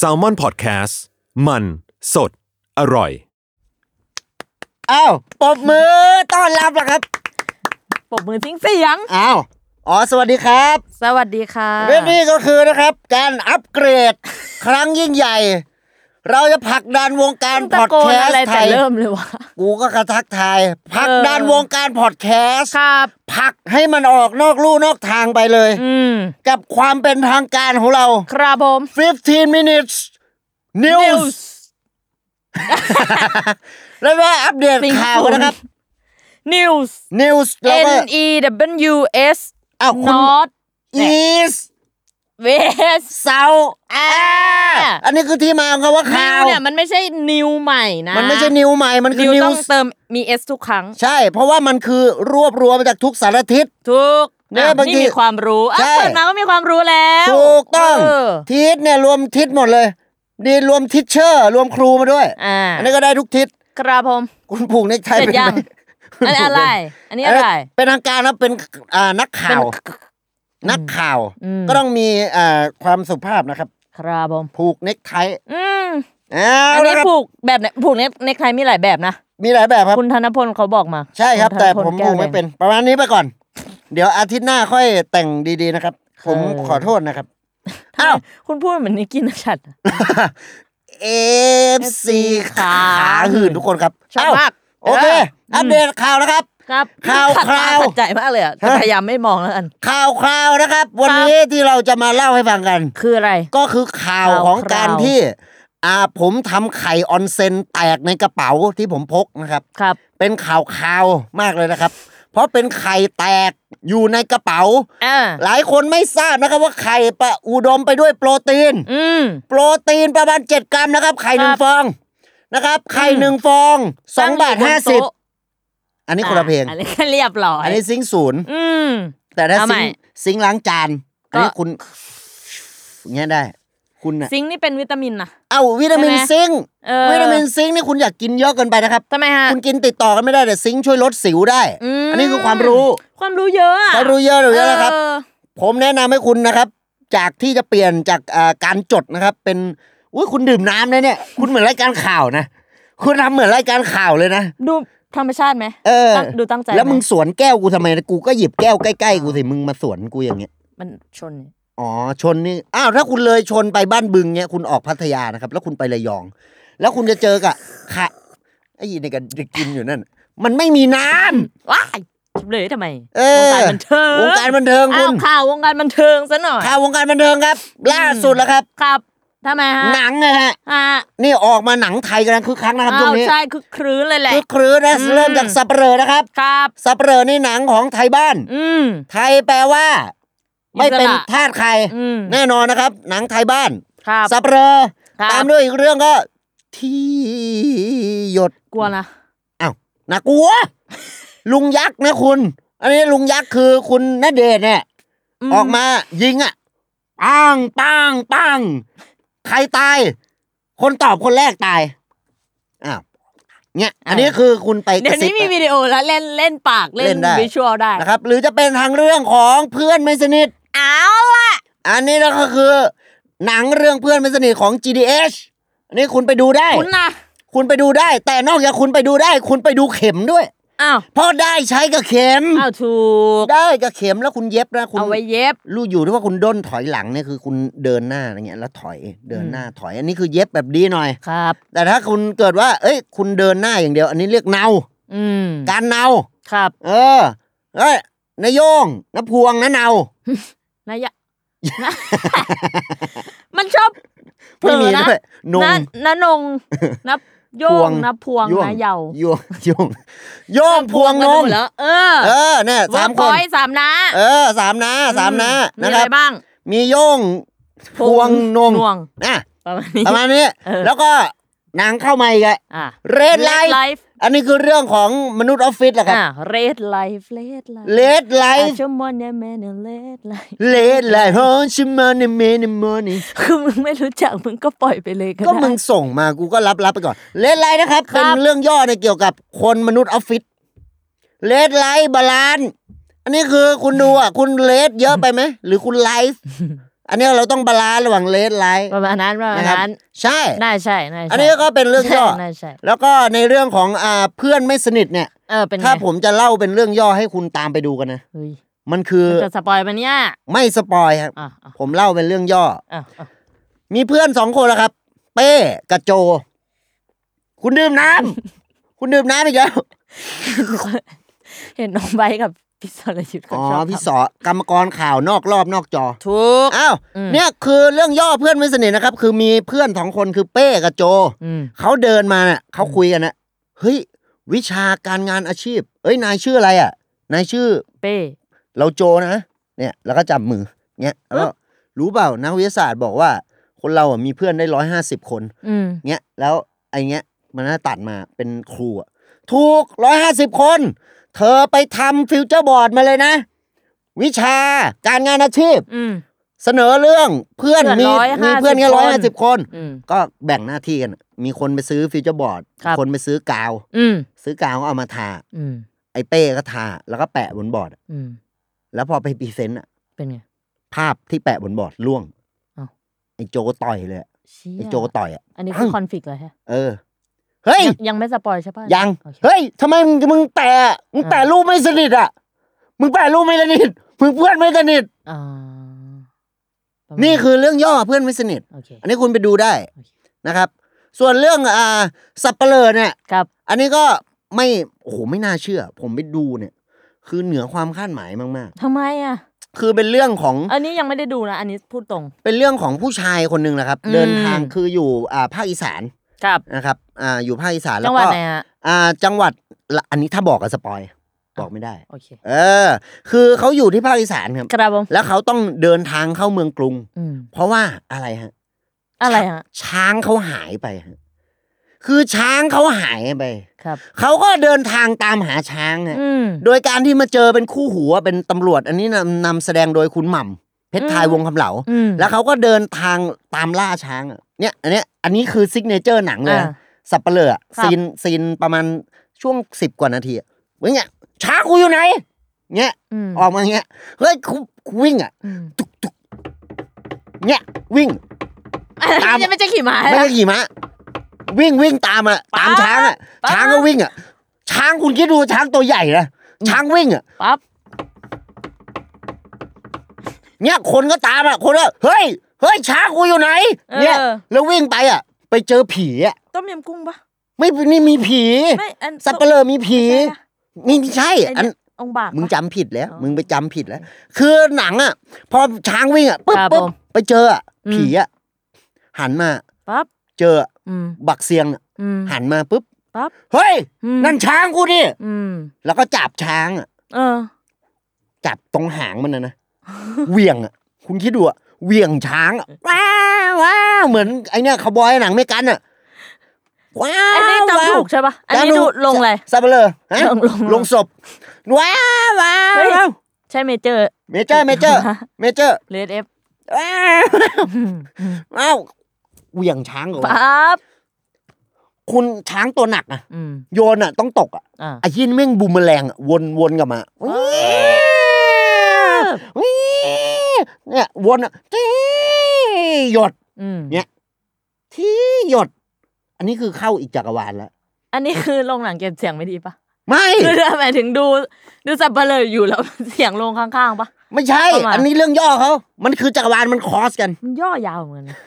s a l m o n PODCAST มันสดอร่อย อ้าวปรบมือต้อนรับแล้วครับ ปรบมือทิ้งเสียง อ้าวอ๋อสวัสดีครับ สวัสดีค่ะ และนี่ก็คือนะครับการอัปเกรด ครั้งยิ่งใหญ่ เราจะผลักดันวงการ ตะ พอด โก แคน ส อะไร ต์ไท แต่ ย เริ่มเลยวะ กูก็กระทักทายผลักดัน เออ วงการพอดแคสต์ ครับ ผลักให้มันออกนอกลู่นอกทางไปเลย อืม กับความเป็นทางการของเรา ครับผม 15 minutes news แล้วก็อัปเดต สิ่ง ข่าวนะครับ news news แล้วก็ N E W S อ้าวคุณ North is West เซาอาอันนี้คือที่มาของคำว่าข่า นิว ว เนี่ยมันไม่ใช่นิวใหม่นะ มันไม่ใช่นิวใหม่ มันคือ นิว นิว ต้องเติมมี S ทุกครั้ง ใช่ เพราะว่ามันคือรวบรวมมาจากทุกสารทิศ ทุก เนี่ย อ่ะ บางที มีความรู้อ่ะ ใช่ เปิดมาก็มีความรู้แล้ว ถูกต้อง เ ทิศเนี่ยรวมทิศหมดเลยนี่รวมทิชเชอร์ รวมครูมาด้วย อ่า อันนี้ก็ได้ทุกทิศ ครับผม คุณผูกเนกไท เสร็จ เป็น ยั ไหม ง อันนี้อะไร อันนี้อะไร เป็นทางการนะเป็นอ่านักข่าว นักข่าว อืม ก็ต้องมีอ่าความสุภาพนะครับ ครับผม ผูกเนกไท อืม เอา อัน ละ นี้ ครับ ผูกแบบไหนผูกเน็กเน็กไทมีหลายแบบนะ มีหลายแบบครับ คุณธนพลเขาบอกมา ใช่ครับ ณธ แต่ นพล ผม แก้ ผู ว ก แดง ไม่เป็น ประมาณนี้ไปก่อน เดี๋ยวอาทิตย์หน้าค่อยแต่งดีๆนะครับ ผม เออ ขอโทษนะครับอ้าว คุณพูดเหมือนนิกกี้นัชัด เอฟซีขาหื่นทุกคนครับ ชอบ เ มาก โอเค เออ อัปเดตข่าวนะครับ ครับ ข่าว ขัดต ข่าว ขัดใจมากเลยอะแต่พยายามไม่มองแล้วกัน ข่าวคราวนะครับ วัน ครับ นี้ที่เราจะมาเล่าให้ฟังกัน คืออะไร ก็คือข่าว ข่าว ของการ คราว ที่อาผมทำไข่ออนเซนแตกในกระเป๋าที่ผมพกนะครับ ครับ เป็นข่าวคราวมากเลยนะครับ เพราะเป็นไข่แตกอยู่ในกระเป๋า อ่า หลายคนไม่ทราบนะครับว่าไข่ปะอุดมไปด้วยโปรตีน อืม โปรตีนประมาณ7กรัมนะครับ ไข่หนึ่ง ครับ ฟองนะครับ ไข่หนึ่งฟองสองบาทห้าสิบ อันนี้คนละเพลง อันนี้ก็เรียบร้อย อันนี้ซิงค์ศูนย์ อืม แต่ถ้า เอาใหม่ ซิงค์ซิงค์ล้างจานอัก็นนี้คุณอย่างเงี้ยได้ คุณอ่ะ ซิงค์นี่เป็นวิตามินนะ เอ้าวิตามิน ใช่ไหม ซิงค์ เออ วิตามินซิงค์นี่คุณอยากกินเยอะเกินไปนะครับ ทำไมฮะ คุณกินติดต่อกันไม่ได้แต่ซิงค์ช่วยลดสิวได้ อืม อันนี้คือความรู้ ความรู้เยอะอะ ความรู้เยอะหรือยังนะครับ เออ ผมแนะนำให้คุณนะครับ จากที่จะเปลี่ยนจากอ่าการจดนะครับ เป็นอุ้ยคุณดื่มน้ำนะเนี่ย คุณเหมือนรายการข่าวนะ คุณทำเหมือนรายการข่าวเลยนะ ดูธรรมชาติไหม เออ ตั้งดูตั้งใจ แล้วมึง ไห สวนแก้วกูทำไมนะกูก็หยิบแก้วใกล้ๆกูสิมึงมาสวนกูอย่างเงี้ย มันชน อ๋อชนนี่อ้าวถ้าคุณเลยชนไปบ้านบึงเนี้ยคุณออกพัทยานะครับ แล้วคุณไประยอง แล้วคุณจะเจอกับขะไอ้ยีนี่กันจะกินอยู่นั่น มันไม่มีน้ำ ว้ายเลยทำไม เอ วง อ การบันเทิง วงการบันเทิงคุ อ้าว ณ ข่าววงการบันเทิงซะหน่อย ข่าววงการบันเทิงครับ ล่าสุดแล้วครับ ครับทำไมฮะ หนังนะฮะ อ่า นี่ออกมาหนังไทยกำลังคึกคักนะครับช่ว อ้าว งนี้ ใช่คือครื้นเลยแหละ คึกครื้นนะ อืม เริ่มจากสับเปลอนะครับ ครับ สับเปลอนี่หนังของไทยบ้าน อืม ไทยแปลว่า ไม่เป็น อิสระ ทาสใคร อืม แน่นอนนะครับ หนังไทยบ้าน ครับ สับเปลอ ครับ ตามด้วยอีกเรื่องก็ที่หยด กลัวนะ อ้าวน่ากลัว ลุงยักษ์นะคุณ อันนี้ลุงยักษ์คือคุณณเดชน์เนี่ย ออกมายิงอ่ะปังปังปังใครตาย คนตอบคนแรกตายอ้าวเนี่ยอันนี้คือคุณไปก เดี๋ย ระ ว ซิบ นี้มีวิดีโอแล้วเล่นเล่นปากเล่ เล่ น นได้ วิชวลได้ นะครับ หรือจะเป็นทางเรื่องของเพื่อนไม่สนิท เอาล่ะ อันนี้นะก็คือ หนังเรื่องเพื่อนไม่สนิทของ GDH อันนี้คุณไปดูได้ คุณนะ คุณไปดูได้ แต่นอกจากคุณไปดูได้ คุณไปดูเข็มด้วย อ้าว เพราะได้ใช้กับเข็ม อ้าวถูก ได้กับเข็มแล้วคุณเย็บนะคุณ เอาไว้เย็บ รู้อยู่ที่ว่าคุณด้นถอยหลังเนี่ยคือคุณเดินหน้าอะไรเงี้ยแล้วถอยเดินหน้าถอย อันนี้คือเย็บแบบดีหน่อย ครับ แต่ถ้าคุณเกิดว่า เอ้ย คุณเดินหน้าอย่างเดียว อันนี้เรียกเนา อืม การเนา ครับ เออเอ้ยนายโยงนพวงนะเนา นะ ยะ มันชอบเผล ไม่ อ มี นะ ด้วยนง นะนะนงนับโย พว ง ง นะพวง ยวง นะเหยา โยงโยงโยงพ วงนง เหรอเออ เออเนี่ย สา สาม ม ค คน น สามนะ เออสามนะสามนะ อืมมี นะคอะไร รับ บ้าง มีโยง พวงนง นวง นะ ประมาณนี้ ประมาณนี้ เออ แล้วก็หนังเข้ามาอีกอะ อ่ะ เรดไล Red ท์ Life อันนี้คือเรื่องของมนุษย์ออฟฟิศแหละครับ อ่ะ Red Life Red Life เลดไล I ท์ just want a man in Red Life เลดไลท์ฮอนชิมานเมนมอนี่ คือมึงไม่รู้จักมึงก็ปล่อยไปเลยก็ ก็ ได้ มึงส่งมากูก็รับรับไปก่อนเลดไลท์นะครับ ครับ เป็นเรื่องย่อในเกี่ยวกับคนมนุษย์ออฟฟิศเลดไลท์บาลานอันนี้คือคุณดูอ่ะ คุณเลดเยอะไปไหม หรือคุณไลฟ์อันนี้เราต้องบาลานระหว่างเลดไลท์ ประมาณนั้นประมาณ นะครับ นั้น ใช่ น่าใช่น่าใช่ อันนี้ก็เป็นเรื่องย่อ น่าใช่ แล้วก็ในเรื่องของอ่าเพื่อนไม่สนิทเนี่ย เออเป็นไง ถ้าผมจะเล่าเป็นเรื่องย่อให้คุณตามไปดูกันนะ เฮ้ย มันคือ จะสปอยมันเนี่ย ไม่สปอยครับ อ่ะอ่ะ ผมเล่าเป็นเรื่องย่อ อ่ะ อ่ะ มีเพื่อนสองคนนะครับ เป้กับโจ คุณดื่มน้ำ คุณดื่มน้ำอีกแล้ว เห็นน้องไบร์ทกับพี่สรยุทธ์ก็ อ๋อ ชอบ พี่ ทำ สอกรรมกรข่าวนอกรอบนอกจอ ถูก อ้าว อืม เนี่ยคือเรื่องย่อเพื่อนไม่สนิทนะครับ คือมีเพื่อนสองคนคือเป้กับโจ อืม เขาเดินมาเนี่ยเขาคุยกันนะเฮ้ย วิชาการงานอาชีพ เอ้ยนายชื่ออะไรอ่ะ นายชื่อ เป้ เราโจนะเนี่ยแล้วก็จับมือเนี่ยแล้วก็ ปึ๊บ รู้เปล่านักวิทยาศาสตร์บอกว่า คนเราอ่ะมีเพื่อนได้ร้อยห้าสิบคน อืม เนี่ยแล้วไอเนี้ยมันน่าตัดมาเป็นครูอ่ะถูกร้อยห้าสิบคน เธอไปทำฟิวเจอร์บอร์ดมาเลยนะ วิชาการงานอาชีพ อืม เสนอเรื่องเพื่อน เพื่ มี อน150 มีเพื่อนแค่ ค ร้อน ยห้าสิบคน อืม ก็แบ่งหน้าที่กันอะมีคนไปซื้อฟิวเจอร์บอร์ด ครับ คนไปซื้อกาว อืม ซื้อกาวก็เอามาทา อืม ไอเป้ก็ทาแล้วก็แปะบนบอร์ดอะ อืม แล้วพอไปพรีเซนต์อะ เป็นไง ภาพที่แปะบนบอร์ดล่วง อ้าว ไอ้โจต่อยเลยอะ เชี่ย ไอ้โจต่อยอ่ะ อันนี้คือ เอ้า คอนฟ lict เลยฮะ เออ เฮ้ย ยังยังไม่สปอยใช่ป่ะ ยัง โอเค เฮ้ยทำไมมึงมึงแปะมึง อ่า แปะรูปไม่สนิทอ่ะ มึงแปะรูปไม่สนิท มึงเพื่อนไม่สนิท อ่าประมาณ นี่คือเรื่องย่อเพื่อนไม่สนิท โอเค อันนี้คุณไปดูได้ โอเค นะครับ ส่วนเรื่องอ่าสับเปลอเนี่ย ครับ อันนี้ก็ไม่โอ้โหไม่น่าเชื่อ ผมไปดูเนี่ย คือเหนือความคาดหมายมาก ทำไมอ่ะ ๆ คือเป็นเรื่องของ อันนี้ยังไม่ได้ดูนะ อันนี้พูดตรง เป็นเรื่องของผู้ชายคนหนึ่งแหละครับ อืม เดินทางคืออยู่อ่าภาคอีสาน ครับ นะครับ อ่า อยู่ภาคอีสาน จั แล้ ง ว หวัด ก็ ไหนฮะ อ่า จังหวัดละอันนี้ถ้าบอกกับสปอย บอกไม่ได้ โอเค เออ คือเขาอยู่ที่ภาคอีสานครับ ครับผม แล้วเขาต้องเดินทางเข้าเมืองกรุง อืม เพราะว่าอะไรฮะ อะไรฮะ ช้างเขาหายไปฮะคือช้างเขาหายไป ครับ เขาก็เดินทางตามหาช้างฮะ อืม โดยการที่มาเจอเป็นคู่หูอะเป็นตำรวจ อันนี้นำนำแสดงโดยคุณหม่ำเพชรไทย อืม วงคำเหลา อืม แล้วเขาก็เดินทางตามล่าช้างอะเนี่ย อันเนี้ย อันนี้คือซิกเนเจอร์หนังเลยนะ อ่า สับเปลือก ครับ ซีนซีนประมาณช่วงสิบกว่านาทีอะเว้ยเนี่ยช้ากูอยู่ไหนเงี้ย อืม ออกมาเงี้ยเฮ้ยกูกูวิ่งอ่ะ อืม ตุกตุกเงี้ย วิ่ง ตาม อันนี้ไม่ใช่ขี่ม้า ไม่ นะ ได้ขี่ม้าวิ่งวิ่งตามอ่ะตาม ป๊า ช้างอ่ะ ป๊า ช้างก็วิ่งอ่ะช้างคุณคิดดูช้างตัวใหญ่นะช้างวิ่งอ่ะ ปั๊บ เนี่ยคนก็ตามอ่ะคนก็เฮ้ยเฮ้ยช้างกูอยู่ไหนเนี่ย เออ แล้ววิ่งไปอ่ะ ไปเจอผีอ่ะ ต้มยำกุ้งปะ ไม่นี่มีผี ไม่ อัน สับเปลือมีผี ใช่ปะ นี่ไม่ใช่ ไอ้ อัน เนี่ยองค์บากปะ มึงจำผิดแล้ว อ๋อ มึงไปจำผิดแล้ว คือหนังอ่ะ พอช้างวิ่งอ่ะปุ๊บ ครับ ปุ๊บ ผม ไปเจออ่ะ อืม ผีอ่ะหันมา ปั๊บ เจออ่ะ อืม บักเซียงอ่ะ อืม หันมาปุ๊บ ปั๊บ เฮ้ย อืม นั่นช้างกูดิ อืม แล้วก็จับช้างอ่ะ เออ จับตรงหางมัน นะนะเหวี่ยงอ่ะคุณคิดดูอ่ะเหวี่ยงช้างอ่ะว้าวว้าวเหมือนไอเนี่ยขบอยหนังไม่กันอ่ะว้า อันนี้ ว ตาม ว้าว ถูกใช่ปะอันนี้ แล้ว ดูลงเลย ซาเบลอฮะ ลงลงลง ลงศพว้าวว้าว เฮ้ย ว้าว ใช่เมเจอร์ เมเจอร์เมเจอร์เมเจอ ร์ เลดเอฟ อ้าวอ้าวเหวี่ยงช้างเหรอวะ ปั๊บ คุณช้างตัวหนักอะ อืม โยนอะต้องตกอะ อ่า ไอ้ยินแม่งบูมเมอแรงอะวนวนกลับมา อ๋อ วิ้วเนี่ยวนอะที่หยด อืม เนี่ย ที่หยด อันนี้คือเข้าอีกจักรวาลแล้ว อันนี้คือลงหนังเก็บเสียงไม่ดีปะ ไม่ คือหมายถึงดูดูสับเปลืออยู่แล้ว เสียงลงข้างๆปะ ไม่ใช่ เข้ามา อันนี้เรื่องย่อเขา มันคือจักรวาลมันคอสกัน มันย่อยาวเห มือนกันนะ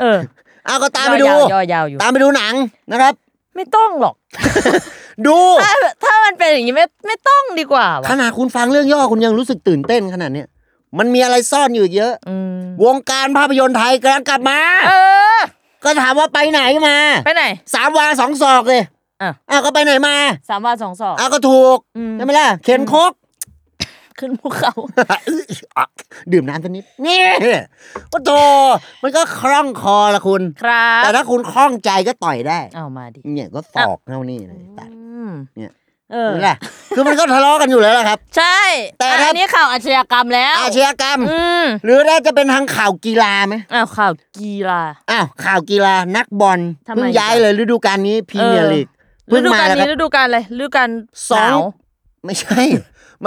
เออ เอาก็ตามไปดู ย่อยาวย่อยาวอยู่ ตามไปดูหนังนะครับ ไม่ต้องหรอก ดู ถ้าถ้ามันเป็นอย่างนี้ไม่ไม่ต้องดีกว่า ข วะ นาดคุณฟังเรื่องย่อคุณยังรู้สึกตื่นเต้นขนาดเนี้ยมันมีอะไรซ่อนอยู่อีกเยอะ อืม วงการภาพยนตร์ไทยกำลังกลับมา เออ ก็ถามว่าไปไหนมา ไปไหน สามวาสองศอกเลย อ่ะ อ้าวก็ไปไหนมา สามบาทสองสอง อ้าวก็ถูก อืม ใช่ไหมล่ะเข็นครก ขึ้นภูเขา อื้ออ่ะดื่มน้ำสักนิดนี่ก็โตมันก็คล่องคอละคุณ ครับ แต่ถ้าคุณคล่องใจก็ต่อยได้ เอามาดิ เนี่ยก็ศอกเท่านี้เลยตัด อืม เนี่ย เออ นี่แหละคือมันก็ทะเลาะกันอยู่แล้วล่ะครับ ใช่ แต่ถ้า อันนี้ข่าวอาชญากรรมแล้ว อาชญากรรม อืม หรือน่าจะเป็นทางข่าวกีฬาไหม อ้าวข่าวกีฬา อ้าวข่าวกีฬานักบอล ทำไม เพิ่งย้ายเลยฤดูกาลนี้พรี เออ เมียร์ลีกเพิ่ ฤ งมากดูาล แล้วครันี้บ ฤดูกาลอะไรฤดูกาล สอง หนาว ไม่ใช่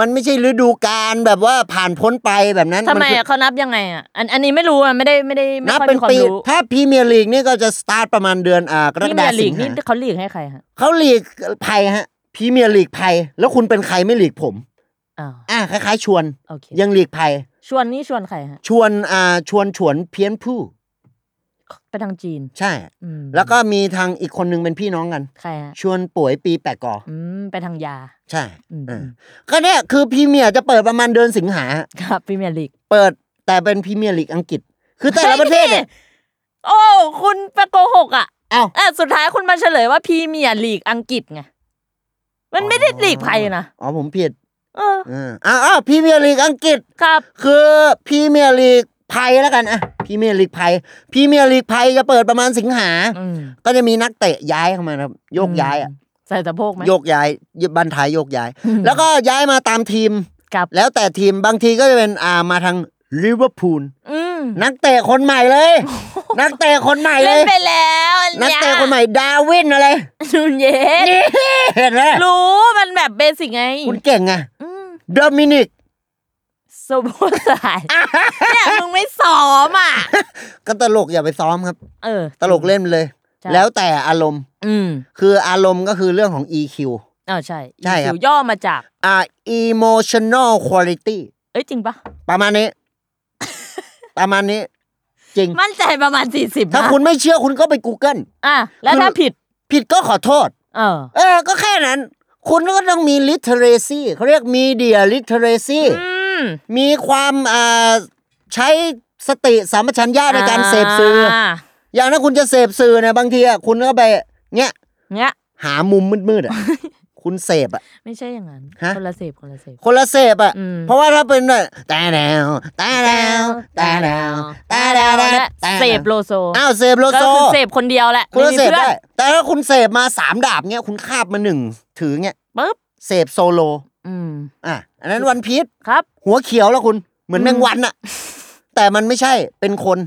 มันไม่ใช่ฤดูกาลแบบว่าผ่านพ้นไปแบบนั้น ทำไม นคือ อะเขานับยังไงอ่ะอันอันนี้ไม่รู้อ่ะไม่ได้ไม่ได้ไม่ นับ ค่อย เป็ มี น ความ ปี รู้ ถ้าพรีเมียร์ลีกนี่ก็จะสตาร์ทประมาณเดือนอ่ากรกที่เมี ฎาย คมสิลีก ง นี่ หา เขาลีกให้ใครฮะ เขาลีกภัยฮะพรีเมียร์ลีกภัยแล้วคุณเป็นใครไม่ลีกผม อ้าว อ่ะคล้ายๆ ชวน โอเค ยังลีกภัย ชวนนี่ชวนใครฮะ ชวนอ่าชวนฉวนเพี้ยนผู้ ไปทางจีน ใช่ อืม แล้วก็มีทางอีกคนนึงเป็นพี่น้องกัน ใครฮะ ชวนป่วยปีแปะกอ อืมไปทางยา ใช่ อืม เออก็เนี่ยคือพรีเมียร์จะเปิดประมาณเดือนสิงหา ครับพรีเมียร์ลีก เปิดแต่เป็นพรีเมียร์ลีกอังกฤษ คือแต่ละประเทศเนี่ย โอ้ คุณไปโกหกอ่ะ เอ้า อ่ะ สุดท้ายคุณมาเฉลยว่าพรีเมียร์ลีกอังกฤษไง มันไม่ได้ลีกไทยนะ อ๋อผมผิด เออ เอออ้าวอ้าวพรีเมียร์ลีกอังกฤษ ครับ คือพรีเมียร์ลีกไทยแล้วกันอะพรีเมียร์ลีกไทยพรีเมียร์ลีกไทยจะเปิดประมาณสิงหา อืม ก็จะมีนักเตะย้ายเข้ามานะครับโยกย้ายอะ ใส่สะโพกไหม โยกย้ายบันทายโยกย้าย แล้วก็ย้ายมาตามทีม ครับ แล้วแต่ทีมบางทีก็จะเป็นอ่ามาทางลิเวอร์พูล อืม นักเตะคนใหม่ เลย นักเตะคนใหม่เล เล่น ย ไปแล้วอัน นัก เนี้ย เตะคนใหม่ดาร์วินอะไร นูนเยส นี่เห็นไหม รู้มันแบบเบสิกไง คุณเก่งอะ อืม โดมินิก สมบูรณ์สายเนี่ยมึงไม่ซ้อมอ่ะ ก็ตลกอย่าไปซ้อมครับ เออ ตลกเล่นเลย ใช่ แล้วแต่อารมณ์ อืม คืออารมณ์ก็คือเรื่องของ EQ อ้าวใช่ ใช่ครับ อยู่ย่อมาจาก อ่า emotional quality เอ้ยจริงปะ ประมาณนี้ ประมาณนี้ จริง มั่นใจประมาณสี่สิบ ถ้าคุณไม่เชื่อคุณก็ไป Google อ่ะแล้วถ้าผิด ผิดก็ขอโทษ เออ เออ ก็แค่นั้น คุณก็ต้องมี literacy เขาเรียก media literacy อืม มีความอ่าใช้สติสัมปชัญญะในการเสพสื่อออย่างนั้นคุณจะเสพสื่อเนี่ยบางทีอ่ะคุณก็ไปเงี้ย เนี้ย หามุมมื ดๆอ่ะ คุณเสพอ่ะ ไม่ใช่อย่างนั้น ฮะ คนละเสพคนละเสพ คนละเสพอ่ะ อืม เพราะว่าถ้าเป็นแบบแต่แนวแต่แนวแต่แนวแต่แนวแต่แนวแต่แนว เสพโลโซ อ้าวเสพโล ก็ โซ คือเสพคนเดียวแหละ คุณก็เสพ ไม่มีพื่อน ได้ แต่ถ้าคุณเสพมาสามดาบเงี้ยคุณคาบมาหนึ่งถือเงี้ย ปึ๊บ เสพโซโล อืม อ่ะอันนั้นวันพีช ครับ หัวเขียวแล้วคุณเหมือนแมงวันอ่ะ แต่มันไม่ใช่เป็นคน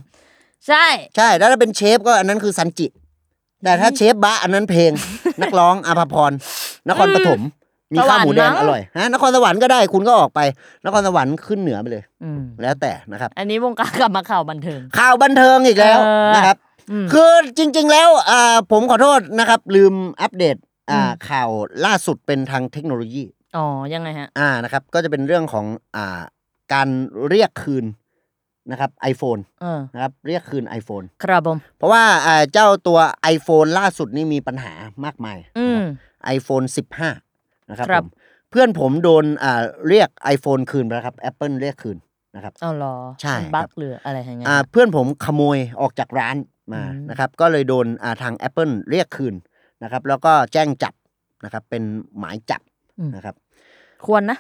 ใช่ ใช่แล้วถ้าเป็นเชฟก็อันนั้นคือซันจิ แต่ถ้าเชฟบะอันนั้นเพ ลง นักร้องอาภาพรนครปฐมมีข้าวหมูแดง สวรรค์มั้ง อร่อยฮะนครสวรรค์ก็ได้คุณก็ออกไป นครสวรรค์ขึ้นเหนือไปเลย อืม แล้วแต่นะครับ อันนี้วงการกลับมาข่าวบันเทิง ข่าวบันเทิงอีกแล้ว เออ นะครับ อืม คือจริง ๆ แล้วอ่าผมขอโทษนะครับ ลืมอัปเดตอ่า อืม ข่าวล่าสุดเป็นทางเทคโนโลยี อ๋อยังไงฮะ อ่านะครับก็จะเป็นเรื่องของอ่าการเรียกคืนนะครับ iPhone เออ นะครับเรียกคืน iPhone ครับผม เพราะว่าอ่าเจ้าตัว iPhone ล่าสุดนี่มีปัญหามากมาย อืม ไอโฟน15 นะครับ ครับ ผมเพื่อนผมโดนอ่าเรียก iPhone คืนไปแล้วครับ Apple เรียกคืนนะครับ เอาเหรอ ใช่ มันบั๊ ค ก รับ หรืออะไรอย่างเงี้ย อ่าเพื่อนผมขโมยออกจากร้านมา อืม นะครับ ก็เลยโดนอ่าทาง Apple เรียกคืนนะครับ แล้วก็แจ้งจับนะครับเป็นหมายจับนะครับ ควรนะ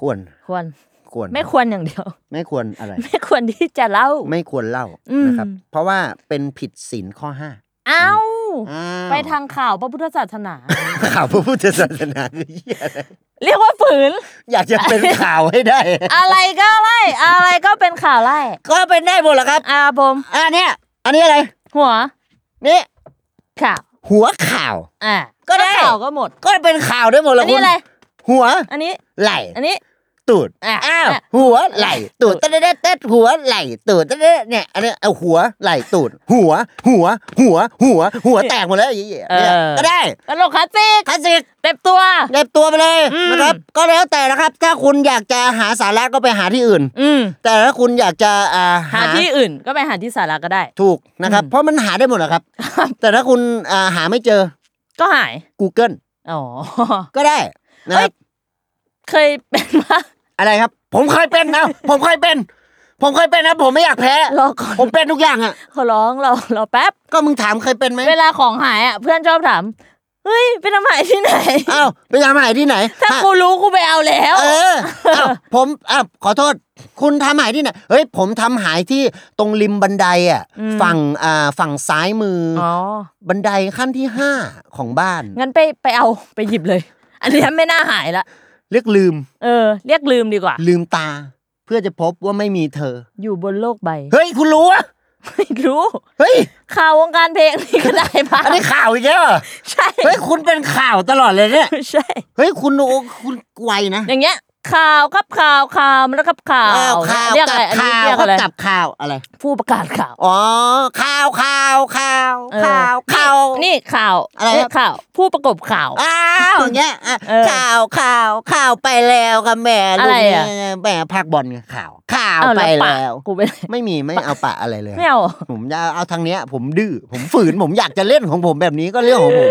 ควร ควร ควร ไม่ควรอย่างเดียว ไม่ควรอะไร ไม่ ควรที่จะเล่า ไม่ควรเล่า อืม นะครับ เพราะว่าเป็นผิดศีลข้อห้า เอ้า อ้ว ไปทางข่าวพระพุทธศาสนา ข่าวพระพุทธศาสนาคือเหี้ยอะไร เรียกว่าฝืน อยากจะเป็นข่าวให้ได้ อะไรก็ไล่อะไรก็เป็นข่าวไล่ ก็เป็นได้หมดแหละครับ อาผม อันเนี้ยอันนี้อะไร หัว นี่ ข่าว หัวข่าว อ่ะ ก็ได้ ข่าวก็หมด ก็เป็นข่าวได้หมดแห อั ละ น คุ นี้ ณ อะไร หัว อันนี้ ไหล อันนี้ ตูด อ่ะ อ้าว อ่ะ หัวไหลตูดเต้นเต้นเต้นหัวไหลตูดเต้นเต้นเนี่ยอันเนี้ยเอาหัวไหลตูด หัว หัว หัว หัว หัวแตกหมดแล้วไอ้เหี้ย เออ เนี่ยก็ได้ ตลกคลาสสิก คลาสสิก เต็มตัว เก็บตัวไปเลย อืม นะครับ ก็แล้วแต่นะครับ ถ้าคุณอยากจะหาสาระก็ไปหาที่อื่น อืม แต่ถ้าคุณอยากจะอ่า หาที่อื่นก็ไปหาที่สาระก็ได้ ถูกนะครับ อืม เพราะมันหาได้หมดแหละครับ ครับ แต่ถ้าคุณอ่าหาไม่เจอ ก็หาย Google อ๋อ ก็ได้นะครับ เคยเป็นปะ อะไรครับ ผมเคยเป็นนะ ผมเคยเป็น ผมเคยเป็นนะผมไม่อยากแพ้ รอก่อน ผมเป็นทุกอย่างอ่ะ ขอร้องเราเราแป๊บ ก็มึงถามเคยเป็นไหม เวลาของหายอ่ะเพื่อนชอบถาม เฮ้ยไปทำหายที่ไหน อ้าวไปทำหายที่ไหน ถ้า ฮะ กูรู้กูไปเอาแล้ว เอออ้าวผมอ่ะขอโทษ คุณทำหายที่ไหนเฮ้ยผมทำหายที่ตรงริมบันไดอ่ะ อืม ฝั่งอ่าฝั่งซ้ายมืออ อ๋อ บันไดขั้นที่ห้าของบ้าน งั้นไปไปเอาไปหยิบเลย อันเนี้ยไม่น่าหายละ เรียกลืม เออ เรียกลืมดีกว่า ลืมตา เพื่อจะพบว่าไม่มีเธอ อยู่บนโลกใบ เฮ้ยคุณรู้อ่ะ ไม่รู้ เฮ้ย ข่าววงการเพลงนี่ก็ได้ปะ อันนี้ข่าวอีกแล้วเหรอ ใช่ เฮ้ยคุณเป็นข่าวตลอดเลยเนี่ย ใช่ เฮ้ยคุณโอ้คุณไวนะ อย่างเงี้ย ข่าวครับข่าวข่าวมันแล้วครับข่าว อ้วข่าว เรียก กั อะไรอันนี้ ข่าว เรียกอะไร กับข่าวอะไร ผู้ประกาศข่าว อ๋อข่าวข่าวข่าว เออ ข่าวข่าว นี่ข่าว อะไรครับ เยกข่าว ผู้ประกบข่าว อ้าวอย่างเงี้ยอ่ะ เออ ข่าวข่าวข่าวไปแล้วค่ะแม่ลูก อะไร เนี่ อ่ะ ยแม่ภาคบอลไงข่าว ข่าว เอา ไป ปะ แล้ว กูไปเลย ไม่มีไม่เอาปะอะไรเลย ไม่เอา ผมจะเอาทางเนี้ย ผมดื้อผมฝืนผมอยากจะเล่นของผมแบบนี้ก็เรื่องของผม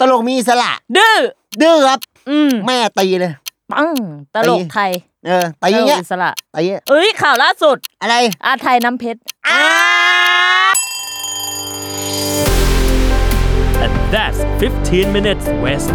ตลกมีอิสระ ดื้อ ดื้อครับ อืม แม่ตีเลย ปังตลกไทย เออตีอย่างเงี้ย เอออิสระ ตีอย่างเงี้ย เอ้ยข่าวล่าสุด อะไร อาไทยน้ำเพชร And that's 15 minutes west.